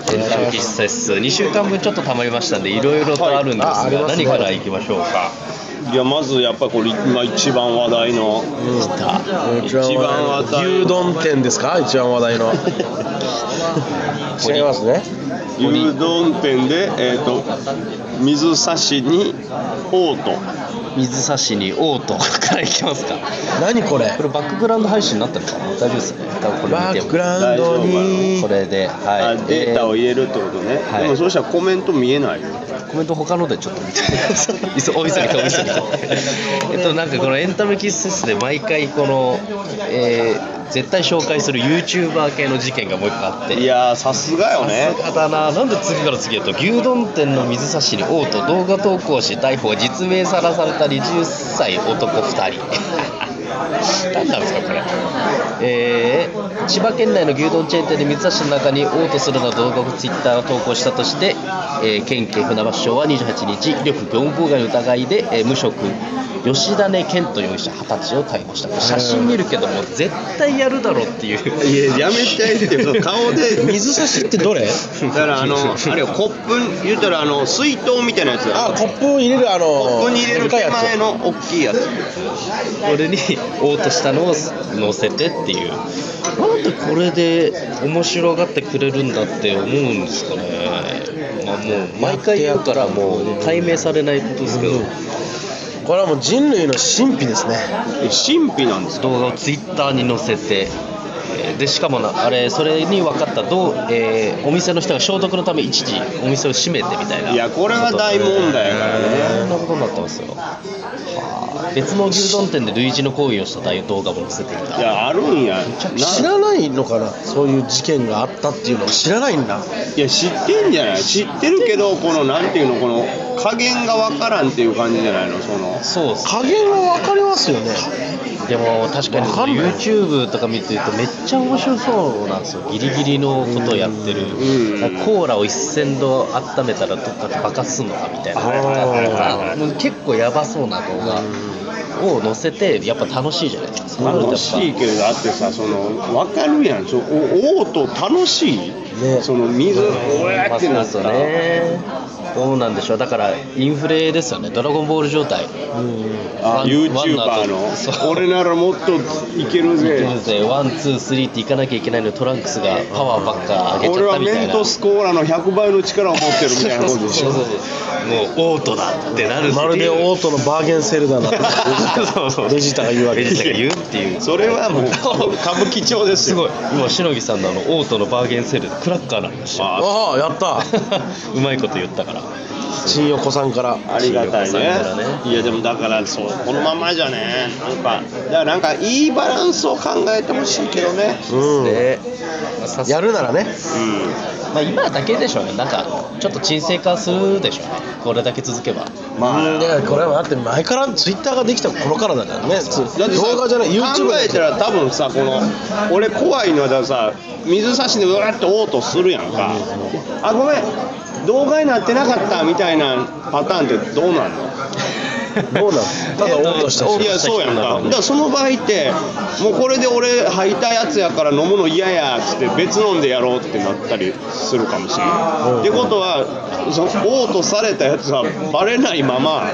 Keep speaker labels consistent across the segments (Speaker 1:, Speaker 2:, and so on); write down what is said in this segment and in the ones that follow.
Speaker 1: 消費者数2週間分ちょっと溜まりましたんでいろいろとあるんですが、
Speaker 2: はいああります
Speaker 1: 何からいきましょうか
Speaker 3: いやまずやっぱりこれ今一番話題の
Speaker 1: 来た
Speaker 2: 一番話題の牛丼店ですか一番話題の違いますね
Speaker 3: 牛丼店で、えー、と水差しにオート
Speaker 1: 水差しにオートからいきますか
Speaker 2: 何これ
Speaker 1: これバックグラウンド配信になったのかな大丈夫ですね多分これ
Speaker 2: バ
Speaker 1: 見て
Speaker 2: ッ
Speaker 1: も
Speaker 2: クグラウンドに
Speaker 1: これで、は
Speaker 3: あ
Speaker 1: い、
Speaker 3: データを
Speaker 1: え
Speaker 3: 入れるってことね、
Speaker 1: はい
Speaker 3: でもそうしたらコメント見えないよ
Speaker 1: ーコメント他のでちょっと見てください急お急ぎかお急ぎか えっとなんかこのエンタメキッススで毎回この、えー絶対紹介する YouTuber 系の事件がもう一個あって
Speaker 3: いやーさすがよね
Speaker 1: ただななんで次から次へと牛丼店の水差しに王と動画投稿し逮捕実名さらされた20歳男2人 何なんですかこれえー千葉県内の牛丼チェーン店で水差しの中に王とするなど動画をツイッター投稿したとして、えー県警船橋署は28日威力業務妨害の疑いで、えー無職吉田根健人容疑者20歳を逮捕した写真見るけども絶対やるだろうっていう
Speaker 3: いややめてってその顔で
Speaker 2: 水差しってどれ
Speaker 3: だからあのあれよコップ言ったらあの水筒みたいなやつだ
Speaker 2: あコップを入れるあの
Speaker 3: コップに入れる
Speaker 2: でかい
Speaker 3: 手
Speaker 2: やつ
Speaker 3: 前の大きいやつ
Speaker 1: これにオートしたのを載せてっていうなんでこれで面白がってくれるんだって思うんですかねまあもう毎回言うからもう解明されないことですけど
Speaker 2: これはもう人類の神秘ですね
Speaker 3: 神秘なんですか
Speaker 1: 動画をツイッターに載せてえーでしかもなあれそれに分かったどう、えーお店の人が消毒のため一時お店を閉めてみたいない
Speaker 3: いやこれは大問題やからね
Speaker 1: そんなことになってますよはあ別の牛丼店で類似の行為をしたという動画も載せていた
Speaker 3: いやあるんや
Speaker 2: 知
Speaker 3: な
Speaker 2: らないのかなそういう事件があったっていうのを知らないんだ
Speaker 3: いや知ってんじゃない知ってるけどこのなんていうのこの加減がわからんっていう感じじゃないのその
Speaker 1: そうっす
Speaker 2: 加減は分かりますよね
Speaker 1: でも確かに
Speaker 2: わかんない
Speaker 1: YouTube とか見てるとめっちゃ面白そうなんですよギリギリのことをやってる
Speaker 3: うん
Speaker 1: なんかコーラを1000度温めたらどっかで爆発すんのかみたいな
Speaker 2: はいはいはいはい
Speaker 1: もう結構やばそうな動画を載せてやっぱ楽しいじゃないですか
Speaker 3: 楽しいけどだってさそのわかるやんそおおーと楽しい、
Speaker 2: ね
Speaker 3: その水お
Speaker 1: やっ
Speaker 3: え
Speaker 1: ぱ
Speaker 3: ってなった
Speaker 1: そう
Speaker 3: ら、
Speaker 1: ですよねどうなんでしょうだからインフレですよね「ドラゴンボール」状態
Speaker 3: あ
Speaker 1: ワン
Speaker 3: YouTuber
Speaker 1: そう
Speaker 3: の俺ならもっといけるぜ
Speaker 1: 人生ワンツースリーっていかなきゃいけないのにトランクスがパワーばっか上げち
Speaker 3: 俺
Speaker 1: ゃった
Speaker 3: は
Speaker 1: みた
Speaker 3: メ
Speaker 1: い
Speaker 3: ン
Speaker 1: な
Speaker 3: トスコーラの100倍の力を持ってるみたいなことでしょ
Speaker 1: そうそうそうもうオートだってなるっていう
Speaker 2: まるでオートのバーゲンセールだな
Speaker 1: そうそう
Speaker 2: ベジータが言うわけ
Speaker 1: ベジータが言うっていう
Speaker 3: それはもう歌舞伎町です
Speaker 1: す
Speaker 3: よ
Speaker 1: ごい今しのぎさんのあのオートのバーゲンセールでクラッカーになりま したよ
Speaker 2: ああやった
Speaker 1: うまいこと言ったから
Speaker 2: 新横さんから
Speaker 3: ありがたいね
Speaker 1: 中国産から
Speaker 3: いやでもだからそうこのままじゃねなんかだからなんかいいバランスを考えてほしいけどね
Speaker 2: うん
Speaker 1: で、まあさす
Speaker 2: やるならね
Speaker 3: う
Speaker 1: まあ、今だけでしょうねなんかちょっと沈静化するでしょうねこれだけ続けば
Speaker 3: んま
Speaker 2: う
Speaker 3: あ
Speaker 2: んだからこれはだって前からツイッターができた頃からだからね
Speaker 3: だってさ
Speaker 2: 動画じゃない YouTube
Speaker 3: 考え
Speaker 2: で
Speaker 3: たら多分さこの俺怖いのはだからさ水差しでうわーってオートするやんかあごめん動画になってなかったみたいなパターンってどうなんの
Speaker 2: どうなのただオートした
Speaker 1: オート
Speaker 3: い
Speaker 2: し
Speaker 3: やそうやんかだからその場合ってもうこれで俺吐いたやつやから飲むの嫌やっつって別飲んでやろうってなったりするかもしれない、
Speaker 2: うん
Speaker 3: ってことはそのオートされたやつはバレないまま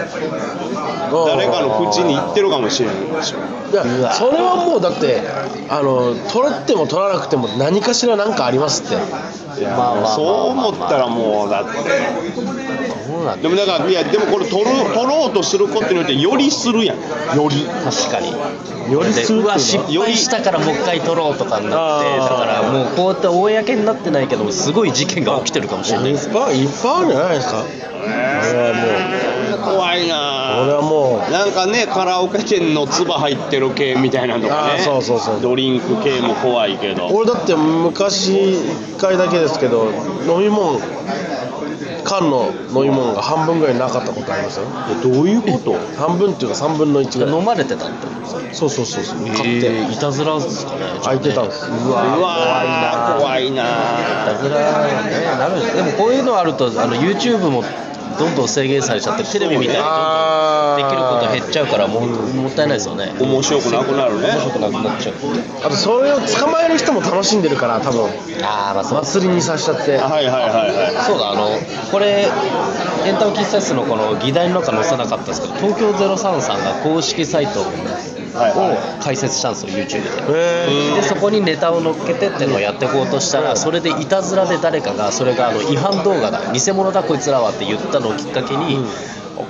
Speaker 3: 誰かの口に行ってるかもしれないでしょ
Speaker 2: いやそれはもうだってあの取っても取らなくても何かしら何かありますって
Speaker 3: いや
Speaker 1: まあまあまあまあ
Speaker 3: そう思ったらもうだって
Speaker 1: そうなん
Speaker 3: でもだからいやでもこれ取る取ろうとすることによってよりするやんより
Speaker 1: 確かに
Speaker 2: よりするっていうの
Speaker 1: うわ失敗したからもう一回撮ろうとかになって
Speaker 2: あ
Speaker 1: だ
Speaker 2: ー
Speaker 1: からもうこうやって公になってないけどもすごい事件が起きてるかもしれない
Speaker 2: いっぱいいっぱいあるんじゃないですか
Speaker 3: 怖いな
Speaker 2: 俺はもう
Speaker 3: なんかねカラオケ店の唾入ってる系みたいなのとか
Speaker 2: あ
Speaker 3: ね
Speaker 2: ーそうそうそう
Speaker 3: ドリンク系も怖いけど
Speaker 2: 俺だって昔1回だけですけど飲み物缶の飲み物が半分ぐらいなかったことありますよ
Speaker 3: どういうこと
Speaker 2: 半分っていうか3分の1ぐらい
Speaker 1: 飲まれてたってことですか
Speaker 2: そうそうそうそう買って
Speaker 1: いたずらですかね
Speaker 2: 開いてたんです
Speaker 3: うわー怖いな怖い
Speaker 1: いたずらねなるでもこういうのあるとあの YouTube もどんどん制限されちゃってテレビみたいにど
Speaker 2: あ
Speaker 1: んどんできること減っちゃうからもうもったいないですよね
Speaker 3: 面白くなくなるね
Speaker 1: 面白くなくなっちゃう
Speaker 2: あとそれを捕まえる人も楽しんでるから多分
Speaker 1: ああまあそう
Speaker 2: 祭りにさしちゃって
Speaker 3: はいはいはいは
Speaker 1: そうだあのこれエンタメ喫茶室のこの議題の中載せなかったですけど東京03さんが公式サイトを
Speaker 3: いはいは
Speaker 1: 開設したんですよ YouTube で。
Speaker 2: へ
Speaker 1: でそこにネタを乗っけてっていうのをやっていこうとしたらそれでいたずらで誰かがそれがあの違反動画だ偽物だこいつらはって言ったのをきっかけに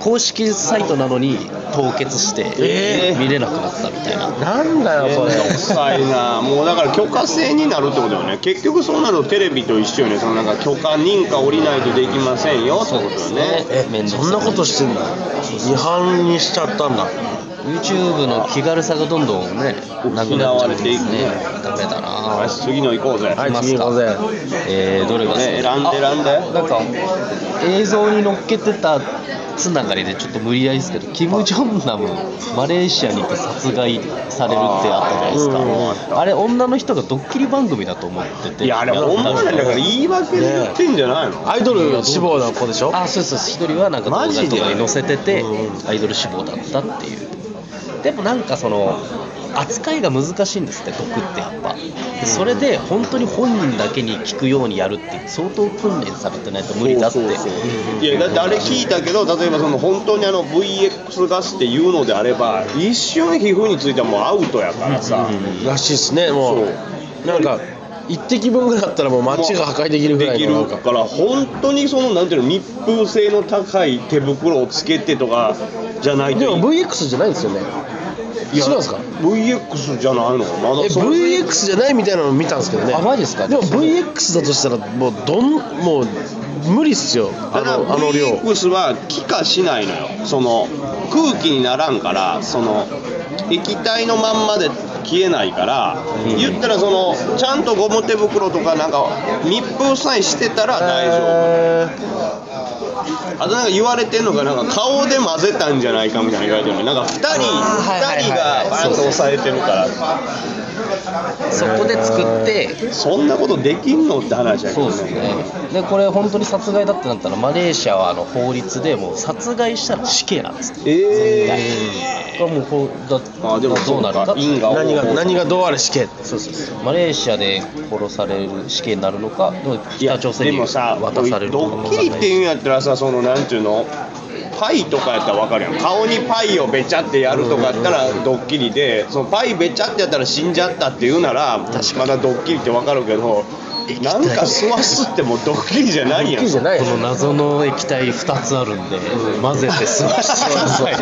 Speaker 1: 公式サイトなのに凍結して
Speaker 2: えー
Speaker 1: 見れなくなったみたいな
Speaker 2: えなんだよ
Speaker 3: い
Speaker 2: それ
Speaker 3: 面倒くさいなもうだから許可制になるってことよね結局そうなるとテレビと一緒よねそのなんか許可認可下りないとできませんよってことよね
Speaker 2: え
Speaker 1: 面倒
Speaker 2: そ
Speaker 1: く
Speaker 2: ん
Speaker 1: さ
Speaker 2: ないことしてんだ違反にしちゃったんだ
Speaker 1: YouTube の気軽さがどんどんねなくなっちゃうんですね
Speaker 3: 失われてい
Speaker 1: ダメだな
Speaker 3: よし次の行こうぜ、
Speaker 2: はい
Speaker 1: きます
Speaker 2: 次
Speaker 1: か
Speaker 2: 行こうぜ
Speaker 1: えーどれが好き
Speaker 3: ね選んで
Speaker 1: あ
Speaker 3: 選んで
Speaker 1: なんか映像に乗っけてたつながりでちょっと無理やりですけどキム・ジョンナムマレーシアに行って殺害されるってあったじゃないですか
Speaker 2: あーうん
Speaker 3: うんあ
Speaker 1: あれ女の人がドッキリ番組だと思ってて
Speaker 3: いやあれほんまなんだから言い訳で言ってんじゃないの、
Speaker 2: アイドル志望の子でしょ
Speaker 1: あそうそうそう一人はなんか動画
Speaker 3: マ
Speaker 1: とか
Speaker 3: ジ
Speaker 1: に
Speaker 3: で
Speaker 1: 載せてて
Speaker 2: う
Speaker 1: アイドル志望だったっていうでもなんかその扱いが難しいんですって毒ってやっぱでそれで本当に本人だけに聞くようにやるって相当訓練されてないと無理だって
Speaker 3: そうそうそういやだってあれ聞いたけど例えばその本当にあの VX ガスっていうのであれば一瞬皮膚についてはもうアウトやからさ、
Speaker 2: らしいですねもうなんか一滴分ぐらいあったらもう街が破壊できるぐら
Speaker 3: で
Speaker 2: い
Speaker 3: き
Speaker 2: のな
Speaker 3: る
Speaker 2: んか
Speaker 3: から本当にそのなんていうの密封性の高い手袋をつけてとかじゃないと
Speaker 2: でも VX じゃないんですよね違うんですか
Speaker 3: VX じゃないのま
Speaker 2: え
Speaker 3: だそれ
Speaker 2: VX じゃないみたいなの見たんですけどね
Speaker 1: あマジですか
Speaker 2: でも VX だとしたらもうどんもう無理っすよあ
Speaker 3: ただ
Speaker 2: のあの量
Speaker 3: VX は気化しないのよその空気にならんからその液体のまんまで消えないから、言ったらそのちゃんとゴム手袋とかなんか密封さえしてたら大丈夫
Speaker 2: 丈
Speaker 3: あとなんか言われてんのがなんか顔で混ぜたんじゃないかみたいな言われてるのなんか2
Speaker 1: あー
Speaker 3: 人
Speaker 1: はいはいはい
Speaker 3: 二人がバーンと押さえてるから
Speaker 1: そこで作って
Speaker 3: そんなことできんのって話やけ
Speaker 1: そう
Speaker 3: ど
Speaker 1: ですねでこれ本当に殺害だってなったらマレーシアはあの法律でもう殺害したら死刑なんですって
Speaker 3: ええ
Speaker 1: これもうこうだ
Speaker 3: ー、あでも
Speaker 1: ど
Speaker 3: そうう
Speaker 1: なる
Speaker 3: か
Speaker 1: か
Speaker 3: 因果応
Speaker 2: 何が
Speaker 3: 報
Speaker 2: 何がどうあれ死刑
Speaker 1: そうそうそうマレーシアで殺される死刑になるのかでも
Speaker 3: いや
Speaker 1: 北朝鮮に
Speaker 3: でも
Speaker 1: 渡
Speaker 3: さ
Speaker 1: されるのか
Speaker 3: ド
Speaker 1: もわ
Speaker 3: ッ
Speaker 1: かん
Speaker 3: キ
Speaker 1: ない
Speaker 3: リっていうんやったらさそのなんていうのパイとかやったら分かるやん顔にパイをべちゃってやるとかやったらドッキリでそのパイべちゃってやったら死んじゃったっていうなら
Speaker 1: 確か
Speaker 3: まだドッキリって分かるけどなんか吸わすってもうドッキリじゃないやん
Speaker 2: いいじゃない
Speaker 1: この謎の液体2つあるんで、混ぜて吸わしてください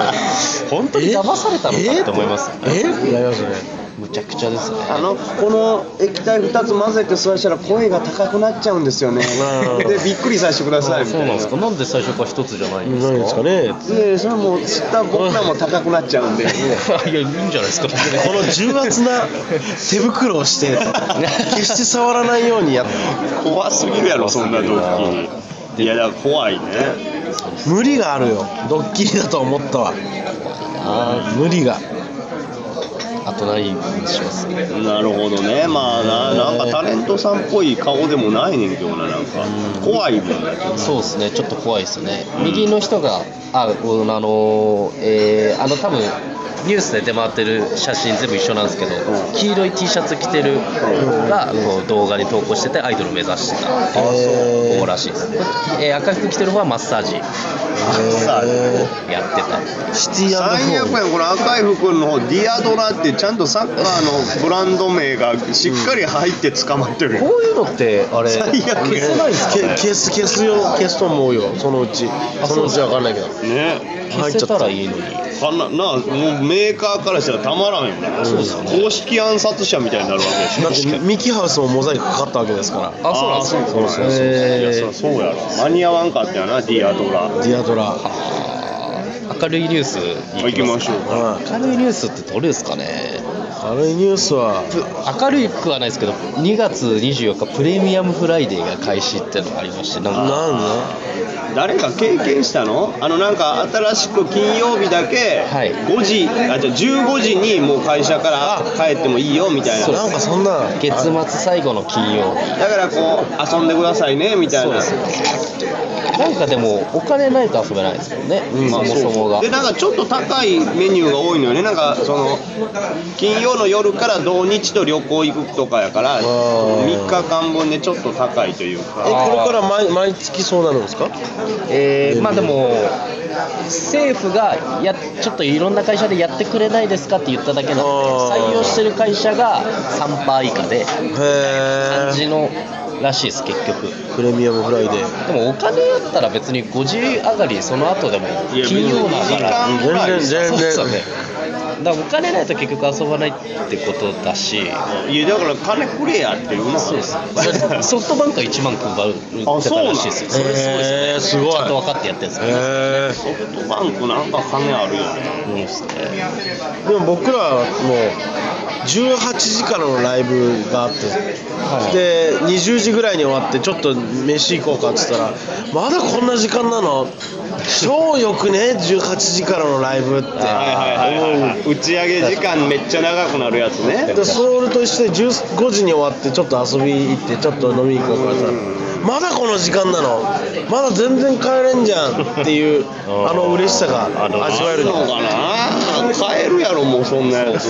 Speaker 1: 本当に騙されたのかって思います、
Speaker 2: えーやりますね
Speaker 1: むちゃくちゃですね
Speaker 3: あのこの液体2つ混ぜて吸わしたら声が高くなっちゃうんですよね
Speaker 2: うん
Speaker 3: でびっくりさせてくださいみ
Speaker 1: そう
Speaker 3: た
Speaker 1: なんで
Speaker 3: い
Speaker 1: すか
Speaker 3: な。
Speaker 1: なんで最初から1つじゃないんですか
Speaker 2: ないですかね
Speaker 3: でそれはもう吸った僕らも高くなっちゃうんで
Speaker 1: いやいいんじゃないですかこ
Speaker 2: この重圧 な手袋をして決して触らないようにやっ
Speaker 3: 怖すぎるやろそんなドッキリいやだから怖いね
Speaker 2: 無理があるよドッキリだと思ったわ
Speaker 1: あ
Speaker 2: 無理が
Speaker 1: ーあと何にします
Speaker 3: なるほどねまあななんかタレントさんっぽい顔でもないねんけどななんか怖いもんね
Speaker 1: そうですねちょっと怖いですね右の人があこのあのーえーあの多分ニュースで出回ってる写真全部一緒なんですけど黄色い T シャツ着てる子がこう動画に投稿しててアイドル目指してたっていう子らしいです、えー赤い服着てる方はマッサージ
Speaker 3: さ
Speaker 1: やってた
Speaker 2: シティアン
Speaker 3: 最
Speaker 2: ド
Speaker 3: 悪
Speaker 2: フォー
Speaker 3: やんこの赤い服の方ディアドラってちゃんとサッカーのブランド名がしっかり入って捕まってるやん
Speaker 1: こういうのってあれ
Speaker 3: 最悪やん
Speaker 1: 消せないんですか
Speaker 2: け消す消すよ消すと思うよそのうちそのうちわかんないけど
Speaker 3: ね
Speaker 1: 消せたらいいのに
Speaker 3: かななあもうメーカーからしたらたまらんよね公式暗殺者みたいになるわけでしょ
Speaker 2: だってミキハウスもモザイクかかったわけですから
Speaker 1: あそうなんですか
Speaker 3: そうなん
Speaker 2: そう
Speaker 3: や
Speaker 2: そう
Speaker 3: いやそりゃそうやろ間に合わんかったよなディアドラ
Speaker 2: ディアドラ
Speaker 1: 明るいニュース
Speaker 3: 行
Speaker 1: に
Speaker 3: きましょう
Speaker 2: うん
Speaker 1: 明るいニュースってどれですかね
Speaker 2: 軽いニュースは
Speaker 1: 明るくはないですけど2月24日プレミアムフライデーが開始っていうのがありましてなんか
Speaker 2: なん
Speaker 3: 誰か経験したのあのなんか新しく金曜日だけ
Speaker 1: はい
Speaker 3: 5時、あじゃあ15時にもう会社から帰ってもいいよみたい
Speaker 2: で
Speaker 3: な
Speaker 2: なんかそんな
Speaker 1: 月末最後の金曜日
Speaker 3: だからこう遊んでくださいねみたいな
Speaker 1: そうですなんかでもお金ないと遊べないですもんね、そもそもが
Speaker 3: でなんかちょっと高いメニューが多いのよねなんかその金曜の夜から土日と旅行行くとかやから
Speaker 2: ー
Speaker 3: 3日間分でちょっと高いという
Speaker 2: えこれ
Speaker 3: か
Speaker 1: あー
Speaker 2: から毎毎月そうなるんですか
Speaker 1: えーまあでも政府がやちょっといろんな会社でやってくれないですかって言っただけなので
Speaker 2: あー
Speaker 1: 採用してる会社が3パー以下で
Speaker 2: へ
Speaker 1: 感じ
Speaker 2: え
Speaker 1: のらしいです結局
Speaker 2: プレミアムフライデー
Speaker 1: でもお金やったら別に5時上がりその後でも
Speaker 3: いや
Speaker 1: 金曜だから
Speaker 3: 別に
Speaker 2: 全然全
Speaker 1: そうそう
Speaker 2: 然
Speaker 1: ねだからお金ないと結局遊ばないってことだし
Speaker 3: いやだから金くれやっていうな
Speaker 1: そうですねソフトバンクは1万配るってたらしいですよ
Speaker 3: あそう
Speaker 1: それすごいですよね
Speaker 2: へーすごい
Speaker 1: ちゃんと分かってやってるんですよね
Speaker 2: へ
Speaker 3: ソフトバンクなんか金あるよね
Speaker 1: うんっすね
Speaker 2: えでも僕らはもう18時からのライブがあって、
Speaker 1: い
Speaker 2: で20時ぐらいに終わってちょっと飯行こうかっつったらまだこんな時間なの超よくね18時からのライブって
Speaker 3: はいはいはいはい打ち上げ時間めっちゃ長くなるやつね
Speaker 2: でソウルと一緒で15時に終わってちょっと遊び行ってちょっと飲み行こうかって言ったらまだこの時間なのまだ全然帰れんじゃんって いうあの嬉しさが味わえる
Speaker 3: のかな買えるやろもうそんなやつ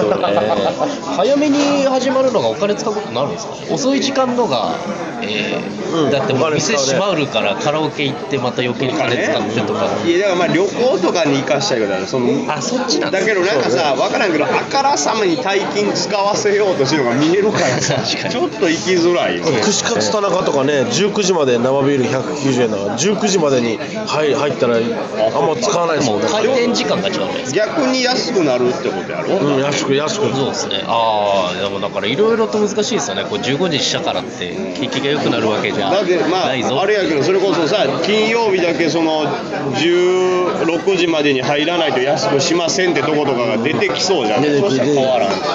Speaker 1: 早めに始まるのがお金使うことになるんですか遅い時間のが、えー
Speaker 2: うん
Speaker 1: だってもう
Speaker 2: お金使う
Speaker 1: 店
Speaker 2: ね
Speaker 1: 閉まるからカラオケ行ってまた余計に金使ってとか、
Speaker 3: いやだからまあ旅行とかに行かしたいけどその
Speaker 1: あそっちなんだ
Speaker 3: だけどなんかさ分からんけどあからさまに大金使わせようとしてるのが見えるからさ
Speaker 1: 確かに
Speaker 3: ちょっと行きづらいよね
Speaker 2: 串カツ田中とかね19時まで生ビール190円だから19時までに入入ったらあんま使わないですもんね
Speaker 1: 開店時間が違うじゃないですか
Speaker 3: 逆に安くなるってことやろ
Speaker 2: うん安く安く
Speaker 1: そうですねああでもだからいろいろと難しいですよねこう15時したからって景気が良くなるわけじゃ
Speaker 3: だってまあ
Speaker 1: ないぞ
Speaker 3: あれやけどそれこそさ金曜日だけその16時までに入らないと安くしませんってとことかが出てきそうじゃん
Speaker 2: 出てくる
Speaker 3: そしたら変わらんな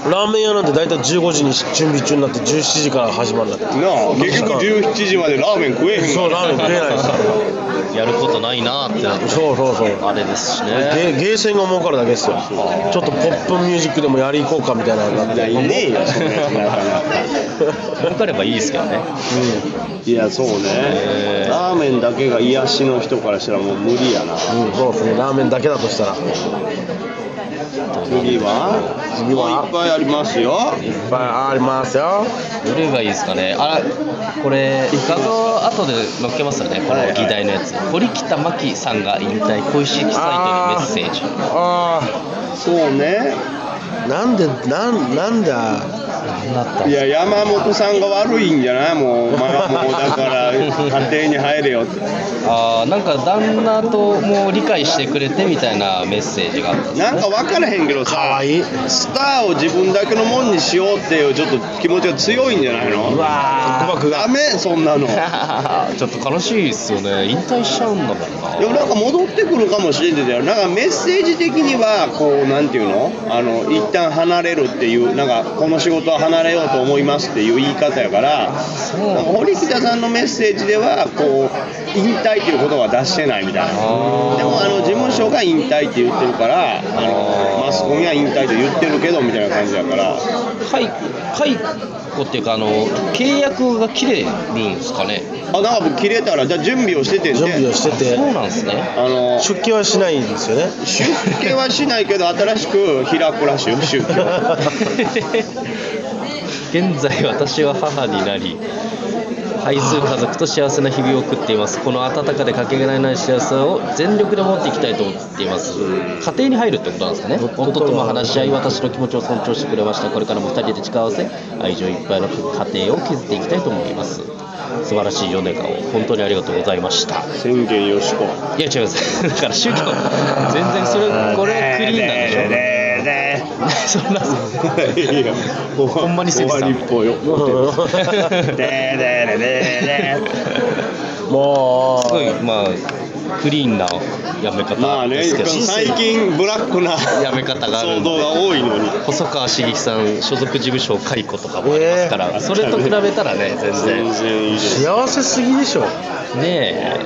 Speaker 2: ラーメン屋なんて大体15時に準備中になって17時から始まるんだって
Speaker 3: あ結局17時までラーメン食えへん
Speaker 2: そうラーメン食えないです
Speaker 1: やることないなーってなって
Speaker 2: そうそうそう
Speaker 1: あれですしね
Speaker 2: ゲゲーセンが儲かるだけですよちょっとポップミュージックでもやりいこうかみたいなのになっ
Speaker 3: いや
Speaker 2: て
Speaker 3: いねえよそんなやつなかなか
Speaker 1: 儲かればいいですけどね
Speaker 3: いやそうね
Speaker 1: えー
Speaker 3: ラーメンだけが癒しの人からしたらもう無理やな
Speaker 2: うんそうですねラーメンだけだとしたら
Speaker 3: 次は
Speaker 2: 次はい
Speaker 3: っぱいありますよ
Speaker 2: いっぱいありますよ
Speaker 1: どれがいいですかねあこれ画像後で載っけますよねこの議題のやつ堀北真希さんが引退恋しきサイトにメッセージ
Speaker 2: あ
Speaker 3: そうね
Speaker 2: あなんでなんなんだ
Speaker 1: 何だった
Speaker 3: いや山本さんが悪いんじゃないもうお前はもうだから家庭に入れよって
Speaker 1: あーなんか旦那ともう理解してくれてみたいなメッセージがあったんです
Speaker 3: なんか分からへんけど
Speaker 2: か
Speaker 3: さ
Speaker 2: わいい
Speaker 3: スターを自分だけのもんにしようっていうちょっと気持ちが強いんじゃないの
Speaker 2: わー
Speaker 3: ダメそんなの
Speaker 1: ちょっと悲しいですよね引退しちゃうんだから
Speaker 3: で
Speaker 1: な
Speaker 3: もなんか戻ってくるかもしれんけどなんかメッセージ的にはこうなんていうのあの一旦離れるっていうなんかこの仕事は離れようと思いますっていう言い方やから
Speaker 1: う
Speaker 3: なんか堀北さんのメッセージではこう引退っていうことは出してないみたいな
Speaker 1: あー
Speaker 3: でもあの事務所が引退って言ってるからあのマスコミは引退と言ってるけどみたいな感じだから
Speaker 1: 解解雇っていうかあの契約が切れるんですかね
Speaker 3: あなんかもう切れたらじゃあ準備をしててん
Speaker 2: 準備を
Speaker 3: で
Speaker 2: してて
Speaker 1: そうなんですね
Speaker 3: あの
Speaker 2: 出勤はしないんですよね
Speaker 3: 出家はしないけど新しく開くらしいよ宗教
Speaker 1: 現在私は母になり配数家族と幸せな日々を送っていますこの温かでかけがえのない幸せを全力で持っていきたいと思っています家庭に入るってことなんですかね夫とも話し合い私の気持ちを尊重してくれましたこれからも2人で力を合わせ愛情いっぱいの家庭を築いていきたいと思います素晴らしい4年間を本当にありがとうございました
Speaker 3: 宣言よしこ
Speaker 1: いや違います だから宗教全然それこれクリーンなんでしょうね
Speaker 3: ね
Speaker 1: そんな
Speaker 3: えいや
Speaker 1: ほんまにセリさん
Speaker 3: 終わりっぽいよでででで
Speaker 2: も
Speaker 1: す
Speaker 2: う
Speaker 1: ごいまあクリーンなやめ
Speaker 3: まあ
Speaker 1: 方
Speaker 3: ね
Speaker 1: ですけど、
Speaker 3: 最近ブラックな
Speaker 1: やめ方がある
Speaker 3: 騒
Speaker 1: んで
Speaker 3: 動が多いのに
Speaker 1: 細川茂樹さん所属事務所解雇とかもありますから、
Speaker 3: えー
Speaker 1: それと比べたらね全然
Speaker 3: 全然いいです
Speaker 2: 幸せすぎでしょ
Speaker 1: ねえ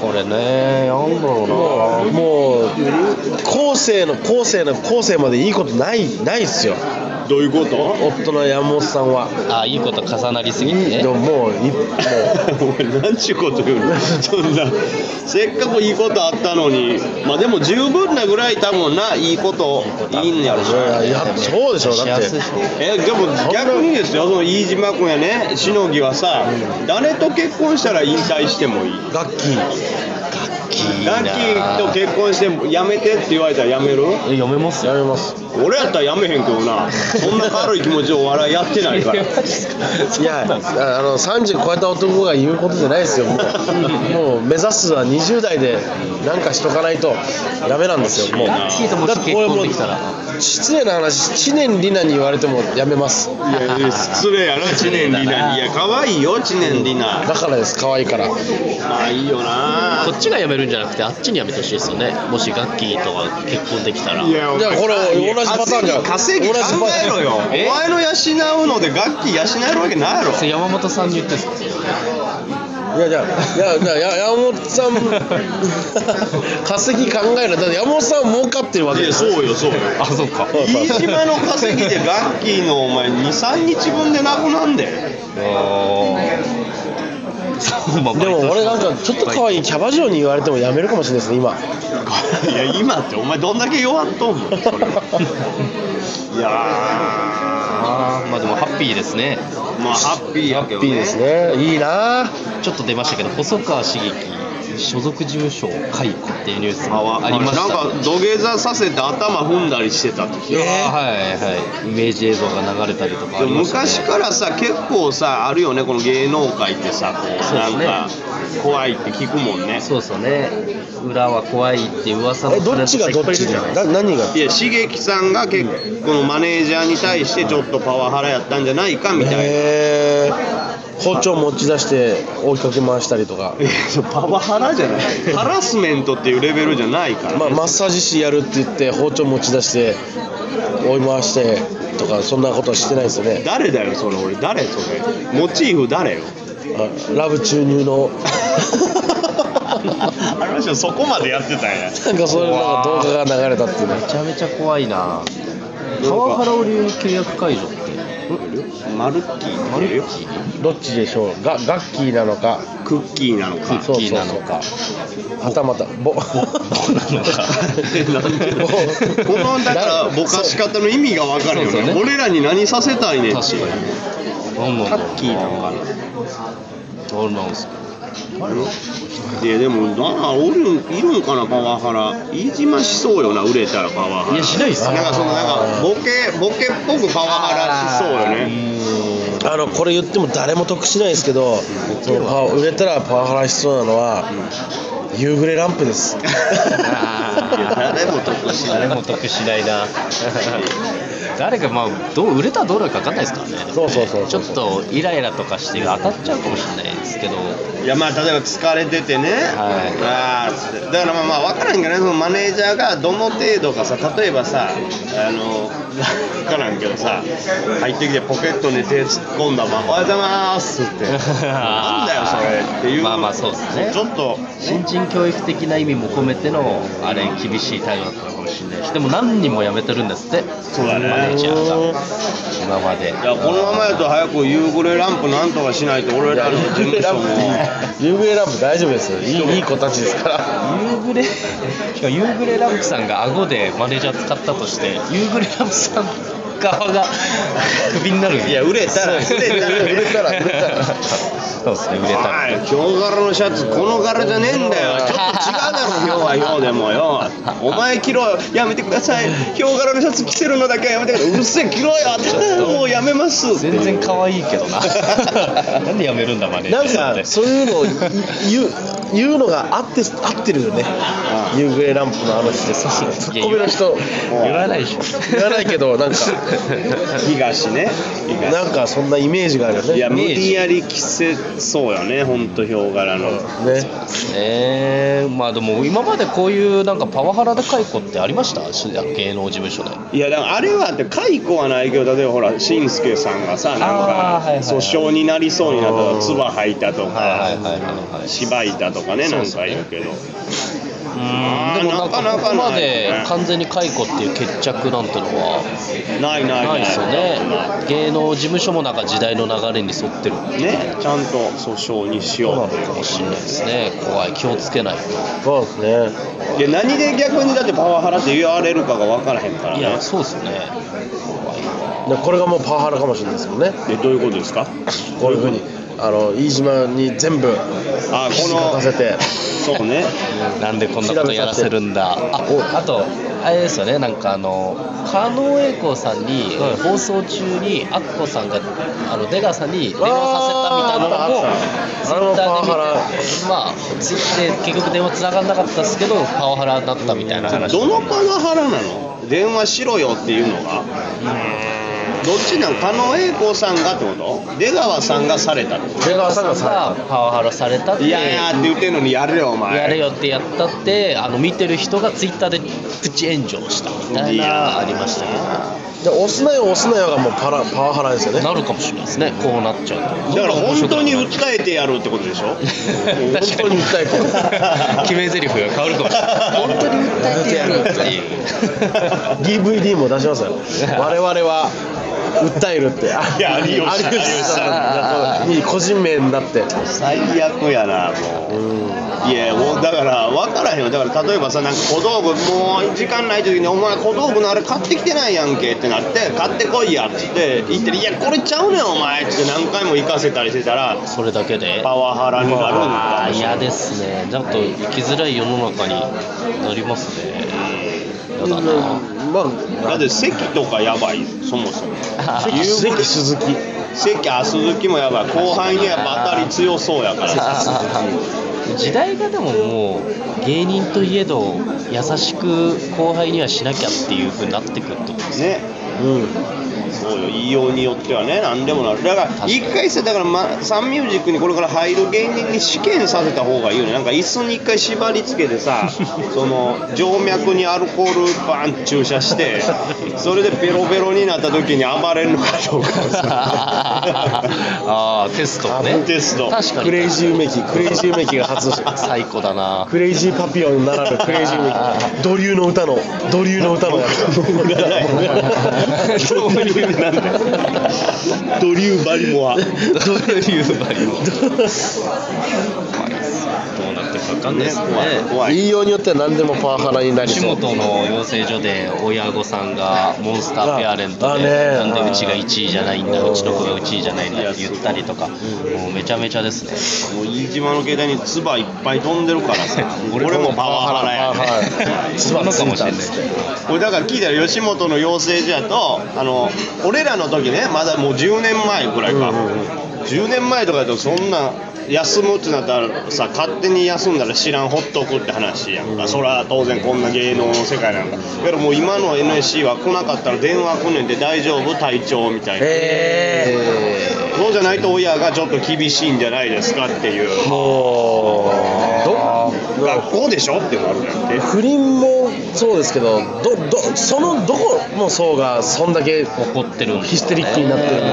Speaker 1: これねなんだろ
Speaker 2: もう後世の後世の後世までいいことないないっすよ
Speaker 1: うな
Speaker 3: どういうこと
Speaker 2: 夫の山本さんは
Speaker 1: ああいいこと重なりすぎてね
Speaker 2: でももういもう
Speaker 3: お前何ちゅうこと言うのそんなせっかくいいことあったのにまあでも十分なぐらい多分ないいこといいんやろ
Speaker 2: いやいやそうでしょだっ
Speaker 1: 幸
Speaker 2: て
Speaker 1: せでしょ
Speaker 3: えでも逆にですよその飯島君やねしのぎはさ誰と結婚したら引退してもいい
Speaker 2: ガッキー
Speaker 3: ガッキーと結婚してもやめてって言われたらやめる
Speaker 1: え読めます
Speaker 2: やめます
Speaker 3: 俺やったらやめへんけどなそんな軽い気持ちでお笑いやってないから
Speaker 2: いやあの30超えた男が言うことじゃないですよもうもう目指すは20代でなんかしとかないとダメなんですよもう
Speaker 1: ガッキーともし結
Speaker 2: 俺も
Speaker 1: 婚
Speaker 2: う
Speaker 1: できたら
Speaker 2: 失礼な話知念里奈に言われてもやめます
Speaker 3: いやいや失礼やな知念里奈にいや可愛いよ知念里奈
Speaker 2: だからです可愛いから
Speaker 3: まあいいよな
Speaker 1: こっちが辞めるんじゃなくてあっちに辞めてほしいですよねもしガッキーとは結婚できたら
Speaker 3: いやお
Speaker 2: じゃあ
Speaker 3: 前
Speaker 2: これ同じパターンじゃん
Speaker 3: 稼ぎ
Speaker 2: 同
Speaker 3: 考
Speaker 2: じパ
Speaker 3: えろよお
Speaker 1: え
Speaker 3: 前の養うので楽器養えるわけないやろ
Speaker 1: それ山本さんに言ってんすか
Speaker 2: いやいやいやいやいや山本さん稼ぎ考えるだって山本さんは儲かってるわけ
Speaker 3: いや
Speaker 2: です
Speaker 3: そうよそうよ
Speaker 1: あそうか
Speaker 3: 飯島の稼ぎで楽器のお前23日分でなくなんで
Speaker 1: そうまあ
Speaker 2: でも俺なんかちょっと可
Speaker 1: い
Speaker 2: 愛いキャバ嬢に言われてもやめるかもしれないですね今
Speaker 3: いや今ってお前どんだけ弱っと んのそれはいや
Speaker 1: あーまあでもハッピーですね
Speaker 3: ーまあハッピーやけど
Speaker 2: いい
Speaker 3: ね
Speaker 2: ですねいいな
Speaker 1: ちょっと出ましたけど細川茂樹所属事務所解雇っていうニュースもありました
Speaker 3: なんか土下座させて頭踏んだりしてたって
Speaker 1: いやーはいはいイメージ映像が流れたりとかあ
Speaker 3: で
Speaker 1: り
Speaker 3: も
Speaker 1: ましたね
Speaker 3: 昔からさ結構さあるよねこの芸能界ってさこう
Speaker 1: そうで
Speaker 3: な
Speaker 1: す
Speaker 3: ん
Speaker 1: ね
Speaker 3: か怖いって聞くもんね
Speaker 1: そうそうね裏は怖いって噂も
Speaker 2: えどっちがどっち
Speaker 1: じ
Speaker 2: で
Speaker 1: ゃない
Speaker 2: な何が
Speaker 3: いや茂樹さんが結構このマネージャーに対してちょっとパワハラやったんじゃないかみたいな。
Speaker 2: えー、包丁持ち出して追いかけ回したりとか
Speaker 3: いやそれパワハラじゃないハラスメントっていうレベルじゃないから、
Speaker 2: まあ、マッサージ師やるって言って包丁持ち出して追い回してとかそんなことはしてないですよね
Speaker 3: 誰だよそれ俺誰それモチーフ誰よ
Speaker 2: あラブ注入の
Speaker 3: あの人そこまでやってたんや
Speaker 2: なんかそういうなんか動画が流れたっていうね
Speaker 1: めちゃめちゃ怖いなパワハラを理由に契約解除って
Speaker 3: マルッキーマルッキー
Speaker 2: どっちでしょうがガッキーなのか
Speaker 3: クッキーなのか
Speaker 2: そうそうそう
Speaker 1: なのか
Speaker 2: はたまたぼぼ
Speaker 1: なのか
Speaker 3: なんでこのだからぼかし方の意味が分かるよ
Speaker 1: そう
Speaker 3: ね
Speaker 1: そうね
Speaker 3: 俺らに何させたいねんっ
Speaker 1: 確
Speaker 3: ていう
Speaker 1: かに何なんだろ
Speaker 3: タ
Speaker 1: う
Speaker 3: ッキーなのかな
Speaker 1: どうなんですか
Speaker 3: いやでもなおるんいるんかなパワハラ飯島しそうよな売れたらパワハラ
Speaker 1: いやしないっす
Speaker 3: なん
Speaker 1: ね
Speaker 3: かそのなんかボケボケっぽくパワハラしそうよね
Speaker 2: あのこれ言っても誰も得しないですけどそのパワ売れたらパワハラしそうなのは、夕暮れランプです
Speaker 3: いや誰も得しない
Speaker 1: 誰も得しないな 誰がまあどう売れたらどうなるか分かんないですからね
Speaker 2: そうそうそう
Speaker 1: ち
Speaker 2: そ
Speaker 1: ょ
Speaker 2: う
Speaker 1: っとイライラとかして当たっちゃうかもしれないですけど
Speaker 3: いやまあ例えば疲れててね、あーつってだからまあまあ分からんけどねそのマネージャーがどの程度かさ例えばさあの分からんけどさ入ってきてポケットに手突っ込んだまま「おはようございます」ってなんだよそれっていう
Speaker 1: まあまあそうですね
Speaker 3: ちょっと
Speaker 1: 新人教育的な意味も込めてのあれ厳しい態度だったのかもしれないしでも何人も辞めてるんですって
Speaker 3: そうだね
Speaker 1: マネージャーが今まで
Speaker 3: いやこのままやと早く夕暮れランプなんとかしないと俺らの事務所も
Speaker 2: 夕暮れランプ大丈夫ですよいいいい子たちですから
Speaker 1: 夕暮れしかも夕暮れランプさんが顎でマネージャー使ったとして夕暮れランプさん側がクビになる
Speaker 3: いや売れたら売れたら売れたら売れたら
Speaker 1: そうですね売れたら
Speaker 3: おい今日柄のシャツこの柄じゃねえん だよちょっと違うだろ今日は今日でもよお前着ろよやめてください今日柄のシャツ着てるのだけはやめてくださいうるせえ着ろ よもうやめます
Speaker 1: 全然可愛いけ どななんでやめるんだマネージャ
Speaker 2: なん
Speaker 1: ーさんっ
Speaker 2: か
Speaker 1: て
Speaker 2: そういうのをい言う言うのが合って合ってるよね夕暮れランプのあの人でさツッコミの人
Speaker 1: 言わないでしょ
Speaker 2: 言わないけどなんか
Speaker 3: 東ね
Speaker 2: なんかそんなイメージがあるよね
Speaker 3: いや無理やり着せそうよねほんとヒョウ柄の
Speaker 2: ね
Speaker 1: えー、まあでも今までこういうなんかパワハラで解雇ってありましたし芸能事務所で
Speaker 3: いやだからあれはって解雇はないけど例えばほらしんすけさんがさなん
Speaker 1: あーはいはいは
Speaker 3: か
Speaker 1: い
Speaker 3: 訴訟になりそうになったら唾吐いたと
Speaker 1: はいはい
Speaker 3: か
Speaker 1: はいはいはい
Speaker 3: しばいたとかねなんか言うけど
Speaker 1: うんでもなんか
Speaker 3: なかなかない
Speaker 1: ここまで
Speaker 3: ね
Speaker 1: 完全に解雇っていう決着なんてのは
Speaker 3: ないない
Speaker 1: な
Speaker 3: ない
Speaker 1: いですよね芸能事務所もなんか時代の流れに沿ってる
Speaker 3: ねちゃんと訴訟にし
Speaker 1: そうな
Speaker 3: よ
Speaker 1: のかもしれないですね怖い気をつけないと
Speaker 2: そうですね
Speaker 3: ういや何で逆にだってパワハラって言われるかが分からへんから
Speaker 1: い
Speaker 3: ね
Speaker 1: やそうですよね
Speaker 2: でこれがもうパワハラかもしれないですもんね
Speaker 3: えどういうことですか
Speaker 2: こういうふうにあの飯島に全部
Speaker 3: あ
Speaker 2: 記事書かせて
Speaker 3: そうね
Speaker 1: なんでこんなことやらせるんだああとあれですよねなんかあの加納英孝さんに、放送中にアッコさんがあの出川さんに電話させたみたいなのも
Speaker 2: あ
Speaker 1: ツイ
Speaker 2: ーあの
Speaker 1: ッタ
Speaker 2: パ
Speaker 1: ーで
Speaker 2: ワ
Speaker 1: 見て
Speaker 2: ハラ
Speaker 1: まあツイッターで結局電話つながんなかったですけどパワハラになったみたいな話
Speaker 3: どのパワハラなの電話しろよっていうのがどっちなん狩野英孝さんがってこと出川さんがされたってこ
Speaker 2: 出川さんがさ
Speaker 1: がパワハラされたっ
Speaker 3: と
Speaker 1: て
Speaker 3: いやいやって言ってんのにやれよお前
Speaker 1: やれよってやったってあの見てる人がツイッターでプチ炎上したみたい
Speaker 3: いや
Speaker 1: なありましたけど
Speaker 2: で押すなよ押すなよがもうパラパワハラですよね
Speaker 1: なるかもしれないですねこうなっちゃうと
Speaker 3: だから本当に訴えてやるってことでしょ
Speaker 1: 確かに訴えてる決め台詞が変わるかもしれない本当に訴えてやるっていう
Speaker 2: DVD も出しますよ我々は訴えるって
Speaker 3: いや有 吉
Speaker 2: 有吉
Speaker 1: さ
Speaker 2: さんに個人名になって
Speaker 3: 最悪やなもういやもうだから分からへんよだから例えばさなんか小道具もう時間ない時に「お前小道具のあれ買ってきてないやんけ」ってなって「買ってこいや」っつって言ってる「いやこれちゃうねんお前」っつって何回も行かせたりしてたら
Speaker 1: それだけで
Speaker 3: パワハラになるん
Speaker 1: あ
Speaker 3: だ
Speaker 1: あ嫌ですねちょっと生きづらい世の中になりますね嫌だな
Speaker 2: ま
Speaker 3: だって席とかやばいそもそも
Speaker 2: あ関鈴木
Speaker 3: 席あ鈴木もやばい後輩にやっぱ当たり強そうやからさ
Speaker 1: 時代がでももう芸人といえど優しく後輩にはしなきゃっていう風になってくると思う
Speaker 3: ね
Speaker 2: うん
Speaker 3: そうよ言いようによってはね何でもなるだから
Speaker 1: かに
Speaker 3: 一回さだから、ま、サンミュージックにこれから入る芸人に試験させた方がいいよねなんか椅子に一回縛り付けて さその静脈にアルコールバン注射してそれでベロベロになった時に暴れるのかどうかをさ
Speaker 1: ああテストね
Speaker 3: テスト
Speaker 1: 確か
Speaker 2: クレイ
Speaker 1: に
Speaker 2: ジー梅木クレイジー梅木が発動してます
Speaker 1: 最高だな
Speaker 2: クレイジーパピオンならぬクレイジー梅木土流の歌の土流の歌のや つ
Speaker 3: じゃないどういうなんだよドリューバリモア
Speaker 1: どういう場合もどうなってるか分かんないですね
Speaker 3: 怖い
Speaker 2: 言いようによっては何でもパワハラになり
Speaker 1: 吉
Speaker 2: そう
Speaker 1: 本の養成所で親御さんがモンスターペアレント
Speaker 2: あ
Speaker 1: で
Speaker 2: ねえ
Speaker 1: なんでうちが1位じゃないんだうちの子が1位じゃないんだって言ったりとかもうめちゃめちゃですね
Speaker 3: もう飯島の携帯に唾いっぱい飛んでるからさ 俺もパワハラやね
Speaker 1: そうなのかもしれない
Speaker 3: 俺だから聞いたら吉本の養成所やとあの俺らの時ねまだもう10年前ぐらいか、10年前とかだとそんな休むってなったらさ勝手に休んだら知らんほっとくって話やんか、そりゃ当然こんな芸能の世界なんかけどもう今の NSC は来なかったら電話来ねんで大丈夫隊長みたいな、
Speaker 2: え
Speaker 3: そうじゃないと親がちょっと厳しいんじゃないですかっていう
Speaker 2: ー、もうど
Speaker 3: 学校でしょってなるんだって
Speaker 2: 不倫もそうですけどどどそのどこもそうがそんだけ
Speaker 1: 怒ってるんですよね
Speaker 2: ヒステリックになってる
Speaker 3: な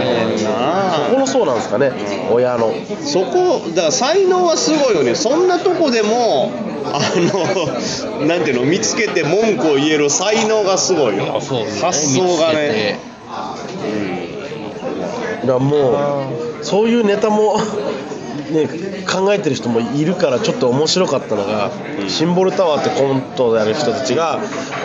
Speaker 3: あ
Speaker 2: ここのそうなんですかね親の
Speaker 3: そこだから才能はすごいよねそんなとこでもあのなんていうの見つけて文句を言える才能がすごいよ
Speaker 1: あそうですね
Speaker 3: 発想がね
Speaker 2: だからもうそういうネタも ね考えてる人もいるからちょっと面白かったのが、シンボルタワーってコントをやる人たちが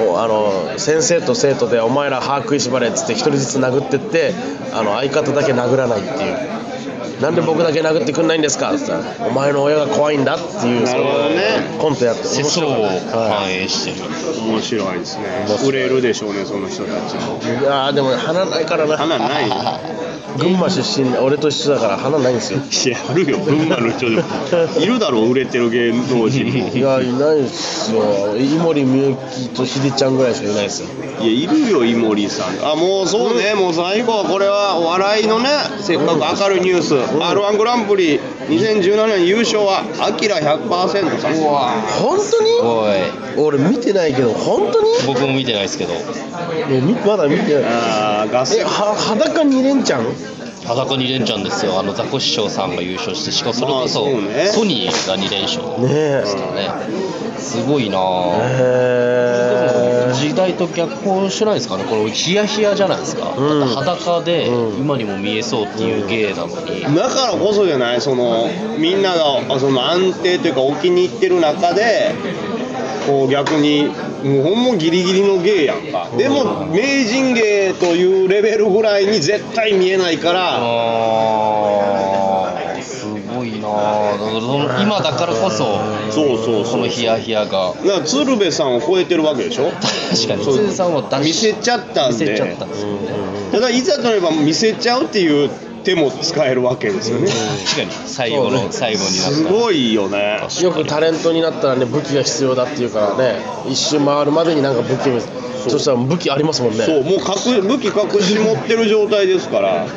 Speaker 2: おあの先生と生徒で「お前ら歯食いしばれ」っつって一人ずつ殴ってってあの相方だけ殴らないっていう。なんで僕だけ殴ってくんないんですかって言ったらお前の親が怖いんだっていう
Speaker 3: なるほどね
Speaker 2: そうコントやって
Speaker 1: 世
Speaker 2: 面白
Speaker 1: 相
Speaker 2: かっ
Speaker 1: を
Speaker 2: たはい
Speaker 1: 反映してる
Speaker 3: 面白いですね売れるでしょうねその人たち
Speaker 2: いやーでも花ないからな
Speaker 3: 花ない
Speaker 2: 群馬出身で俺と一緒だから花ないんですよ
Speaker 3: いやあるよ群馬の人でもいるだろう売れてる芸能人も
Speaker 2: いやいないっすよ井森美幸とひでちゃんぐらいしかいないっすよ
Speaker 3: いやいるよ井森さんあもうそうね、もう最後はこれはお笑いのねせっかく明るいニュース、r 1グランプリ2017年優勝はアキラ100%さん
Speaker 2: 本当
Speaker 1: おい
Speaker 2: に俺見てないけど本当に
Speaker 1: 僕も見てないですけど
Speaker 2: えみまだ見てない
Speaker 3: あーガス
Speaker 2: えは裸2連チャン
Speaker 1: 裸2連チャンですよあのザコシショウさんが優勝してしかもそれこそ
Speaker 3: まあそうね
Speaker 1: ソニーが2連勝
Speaker 2: ねえ
Speaker 1: ねすごいなぁで
Speaker 2: へ
Speaker 1: も
Speaker 2: ー
Speaker 1: 時代と逆行してないですかねこれヒヤヒヤじゃないですか、
Speaker 2: うん
Speaker 1: だって裸で
Speaker 2: うん
Speaker 1: 今にも見えそうっていう芸なのに、
Speaker 3: だからこそじゃないそのみんながあその安定というかお気に入ってる中でこう逆にもうほんまギリギリの芸やんかでも名人芸というレベルぐらいに絶対見えないから
Speaker 1: あーすごいなぁだからその今だからこそ
Speaker 3: そうそう
Speaker 1: こ
Speaker 3: そ
Speaker 1: の
Speaker 3: う
Speaker 1: ヒヤヒヤが
Speaker 3: だから鶴瓶さんを超えてるわけでしょ
Speaker 1: 確かに
Speaker 3: そう
Speaker 1: 通さんを出し
Speaker 3: 見せちゃった
Speaker 1: 見
Speaker 3: ん
Speaker 1: せちゃっ
Speaker 3: で
Speaker 1: たんですよね、
Speaker 3: ただいざといえば見せちゃうっていう手も使えるわけですよね
Speaker 1: 確かに最後の、
Speaker 2: そうね
Speaker 1: 最後になった
Speaker 3: すごいよね
Speaker 2: よくタレントになったらね武器が必要だっていうからね一周回るまでになんか武器をそしたら武器ありますもんね
Speaker 3: そうもう隠武器隠し持ってる状態ですから
Speaker 1: も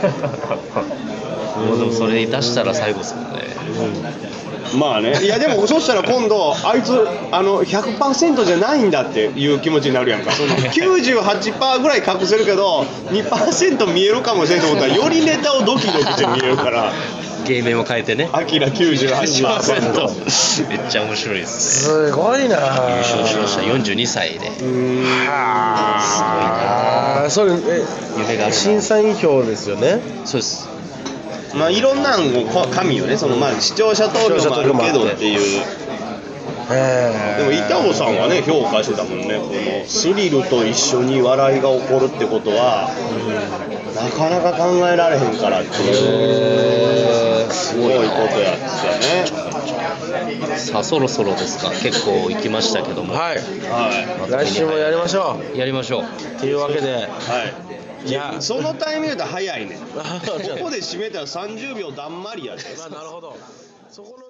Speaker 1: うでもそれ出したら最後ですもんね
Speaker 3: まあねいやでもそしたら今度あいつあの100%じゃないんだっていう気持ちになるやんかその98%ぐらい隠せるけど2%見えるかもしれんと思ったらよりネタをドキドキして見えるから
Speaker 1: 芸名を変えてね
Speaker 3: 「アキラ98%」
Speaker 1: めっちゃ面白いですね
Speaker 2: すごいな優
Speaker 1: 優勝しました42歳で
Speaker 3: うーん
Speaker 2: ああそれえ
Speaker 1: 夢があるな
Speaker 2: 審査員票ですよね
Speaker 1: そうです
Speaker 3: まあいろんなのこ神よねそのまあ視聴者投票もあるけどっていうで
Speaker 2: で
Speaker 3: も板尾さんはね評価してたもんねこのスリルと一緒に笑いが起こるってことはなかなか考えられへんからっていうすごいことやってたね
Speaker 1: さあそろそろですか結構行きましたけども、
Speaker 2: はい
Speaker 3: は
Speaker 2: 来週もやりましょ
Speaker 1: やりましょう
Speaker 2: うっていうわけで
Speaker 3: い
Speaker 2: い や
Speaker 3: はいそのタイミングで早いねこ
Speaker 2: こ
Speaker 3: こで締めたら30秒だんまりやで
Speaker 2: まあなるほどそこの